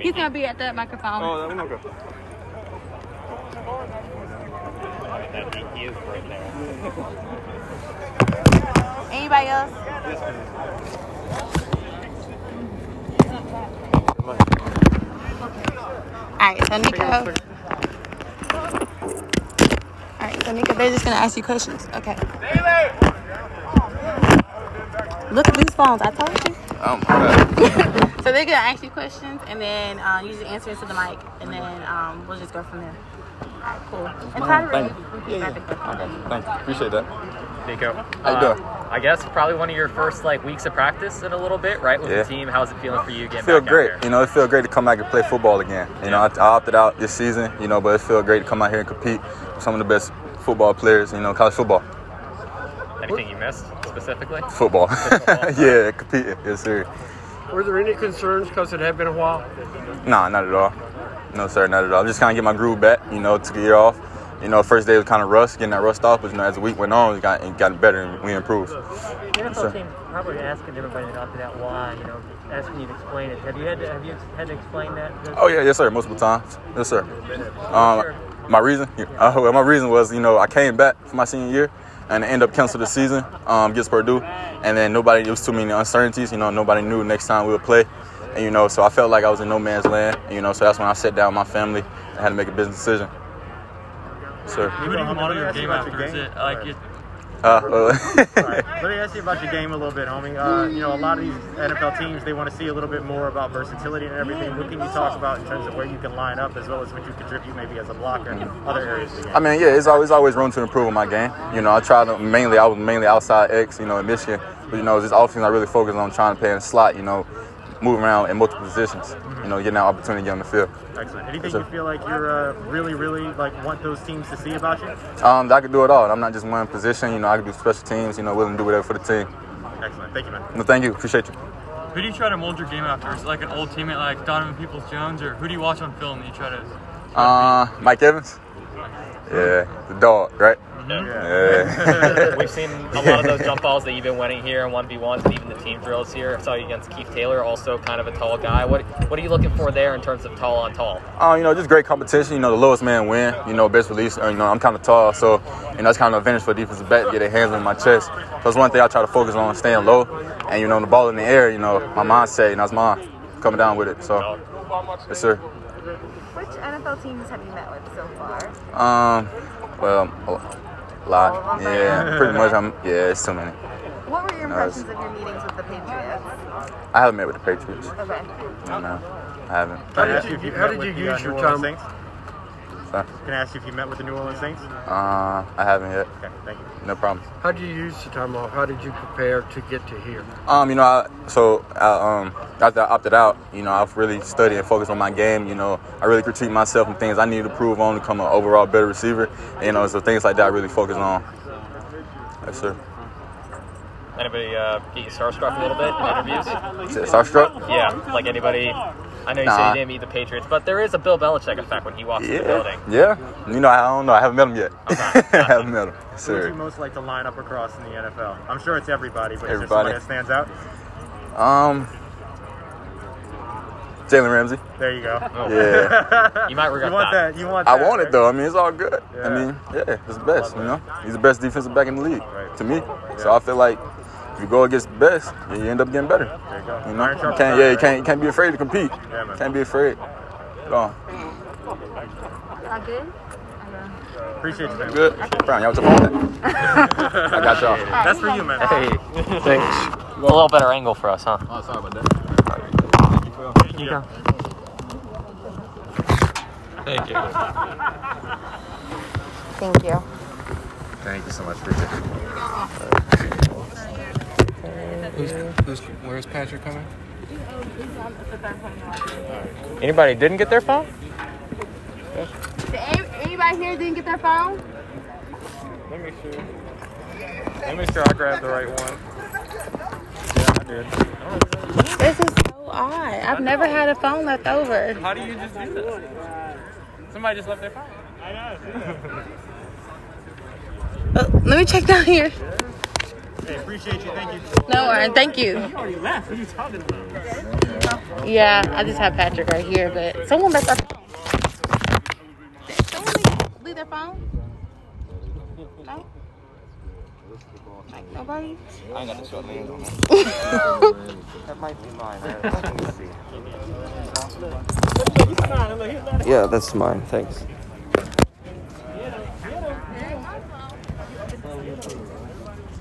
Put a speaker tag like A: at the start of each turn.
A: He's gonna be at that microphone.
B: Oh, no, okay.
C: That DQ is right there.
A: Anybody else? Alright, so Nico. Alright, so Nico, they're just gonna ask you questions. Okay. Look at these phones. I told you.
B: Oh my god.
A: So they're gonna ask you questions, and then um, you just answer it to the mic, and then um, we'll just go from there. Alright, cool. And try to
B: Thank
A: repeat yeah, yeah.
B: Thank you. Appreciate that.
C: Nico.
B: you
C: uh,
B: doing?
C: I guess probably one of your first like weeks of practice in a little bit, right? With
B: Yeah.
C: the team. How's it feeling for you getting
B: Feel
C: back
B: great.
C: out
B: You
C: there?
B: know, it feel great to come back and play football again. You know, I, I opted out this season. You know, but it feel great to come out here and compete with some of the best football players. You know, college football.
C: Anything you missed specifically?
B: Football. yeah, competing. Yes, sir.
D: Were there any concerns because it had been a while?
B: Nah, not at all. No, sir, not at all. just kind of get my groove back, you know, took a year off. You know, first day was kind of rust, getting that rust off, but you know, as the week went on, it got it got better and we improved.
E: The NFL
B: sir.
E: team probably asking everybody that opted out why, you know, asking you to explain it. Have you had to, have you had to explain that?
B: Oh yeah, yes sir, multiple times, yes sir. Um, my reason, uh, well, my reason was, you know, I came back for my senior year and I ended up canceling the season um, against Purdue, and then nobody, there was too many uncertainties, you know, nobody knew next time we would play, and you know, so I felt like I was in no man's land, you know, so that's when I sat down with my family and had to make a business decision, sir.
F: Nico, I'm on your game after. Is it like you
B: Uh, well,
F: Let me ask you about your game a little bit, homie. Uh, you know, a lot of these NFL teams they want to see a little bit more about versatility and everything. What can you talk about in terms of where you can line up, as well as what you contribute maybe as a blocker and other areas? Of the game?
B: I mean, yeah, it's always always room to improve on my game. You know, I try to mainly I was mainly outside X, you know, in Michigan. But you know, it's just offense I really focus on trying to play in the slot, you know, moving around in multiple positions, you know, getting that opportunity to get on the field.
F: Excellent. Anything
B: Yes, sir.
F: you feel like you're uh, really, really like want those teams to see about you?
B: Um, I could do it all. I'm not just one position, you know, I could do special teams, you know, willing to do whatever for the team.
F: Excellent. Thank you, man.
B: No, thank you, appreciate you.
G: Who do you try to mold your game after? Is it like an old teammate like Donovan Peoples Jones, or who do you watch on film that you try to?
B: Uh, Mike Evans? Yeah, the dog, right? Yeah.
C: We've seen a lot of those jump balls that you've been winning here in one v ones, and even the team drills here. I saw you against Keith Taylor, also kind of a tall guy. What What are you looking for there in terms of tall on tall?
B: Uh, you know, just great competition. You know, the lowest man win. You know, best release. Uh, You know, I'm kind of tall, so you know that's kind of advantage for a defensive back to get their hands on my chest. So that's one thing I try to focus on, staying low, and you know, the ball in the air. You know, my mindset, and that's mine, coming down with it. So, yes, sir.
H: Which NFL teams have you met with so far?
B: Um, well, a lot. Yeah, pretty much. I'm. Yeah, it's too many.
H: What were your
B: Nice.
H: impressions of your meetings with the Patriots?
B: I haven't met with the Patriots. No,
H: Okay.
B: I haven't.
F: Can I
D: did
F: ask
D: you-
F: if you've
D: how
F: met
D: did
F: with
D: you
F: the, uh,
D: use your
F: New Orleans
D: time?
F: Saints?
B: So,
F: Can I ask if you met with the New Orleans Saints?
B: uh, I haven't yet.
F: Okay, thank you.
B: No problem.
D: How did you use the time off? How did you prepare to get to here?
B: Um, you know, I, so I, um, after I opted out, you know, I've really studied and focused on my game. You know, I really critique myself and things I need to prove on to become an overall better receiver. You know, so things like that I really focus on. Yes, sir.
C: Anybody uh, get you starstruck a little bit in interviews?
B: Is it Starstruck?
C: Yeah, like anybody. I know you
B: Nah.
C: said you didn't meet the Patriots, but there is a Bill Belichick effect when he walks in the building.
B: Yeah. Yeah. You know, I don't know. I haven't met him yet. I haven't met him. Yes,
F: Who would you
B: sir.
F: most like to line up across in the NFL? I'm sure it's everybody, but
B: Everybody.
F: is there somebody that stands out?
B: Um, Jalen Ramsey.
F: There you go.
B: Yeah.
C: You might regret
F: you want
C: that.
F: that. You want
B: I
F: that.
B: want it
F: right?
B: though. I mean, it's all good. I
F: Yeah.
B: mean, yeah, it's the best. You know, he's the best defensive back in the league
F: Right.
B: to me. So I feel like if you go against the best, then you end up getting better.
F: There you go.
B: You know,
F: Iron
B: you
F: sharpens
B: can't,
F: iron,
B: yeah, you
F: right?
B: can't, you can't be afraid to compete.
F: Yeah, man.
B: Can't be afraid. Go on.
A: Y'all good?
F: Appreciate you, man.
B: Good. Brown, y'all talking about that? I got y'all.
F: That's for you, man.
C: Hey, thanks. A little better angle for us, huh?
B: Oh, sorry about that.
G: Thank you.
A: Thank you.
B: Thank you so much. Appreciate it.
G: where's Patrick coming?
C: Anybody didn't get their phone?
A: Did a- anybody here didn't get their phone?
C: Let me see. Let me sure I grabbed the right one.
A: This is so odd. I've never had a phone left over.
G: How do you just do this? Somebody just left their phone.
A: Uh, Oh, let me check down here.
F: Hey, appreciate you. Thank you.
A: No, and thank you.
F: already left. What are you talking about?
A: Yeah, I just have Patrick right here, but someone left their phone. Did someone leave- leave their phone? No? Like nobody?
I: Yeah, that's mine. Thanks.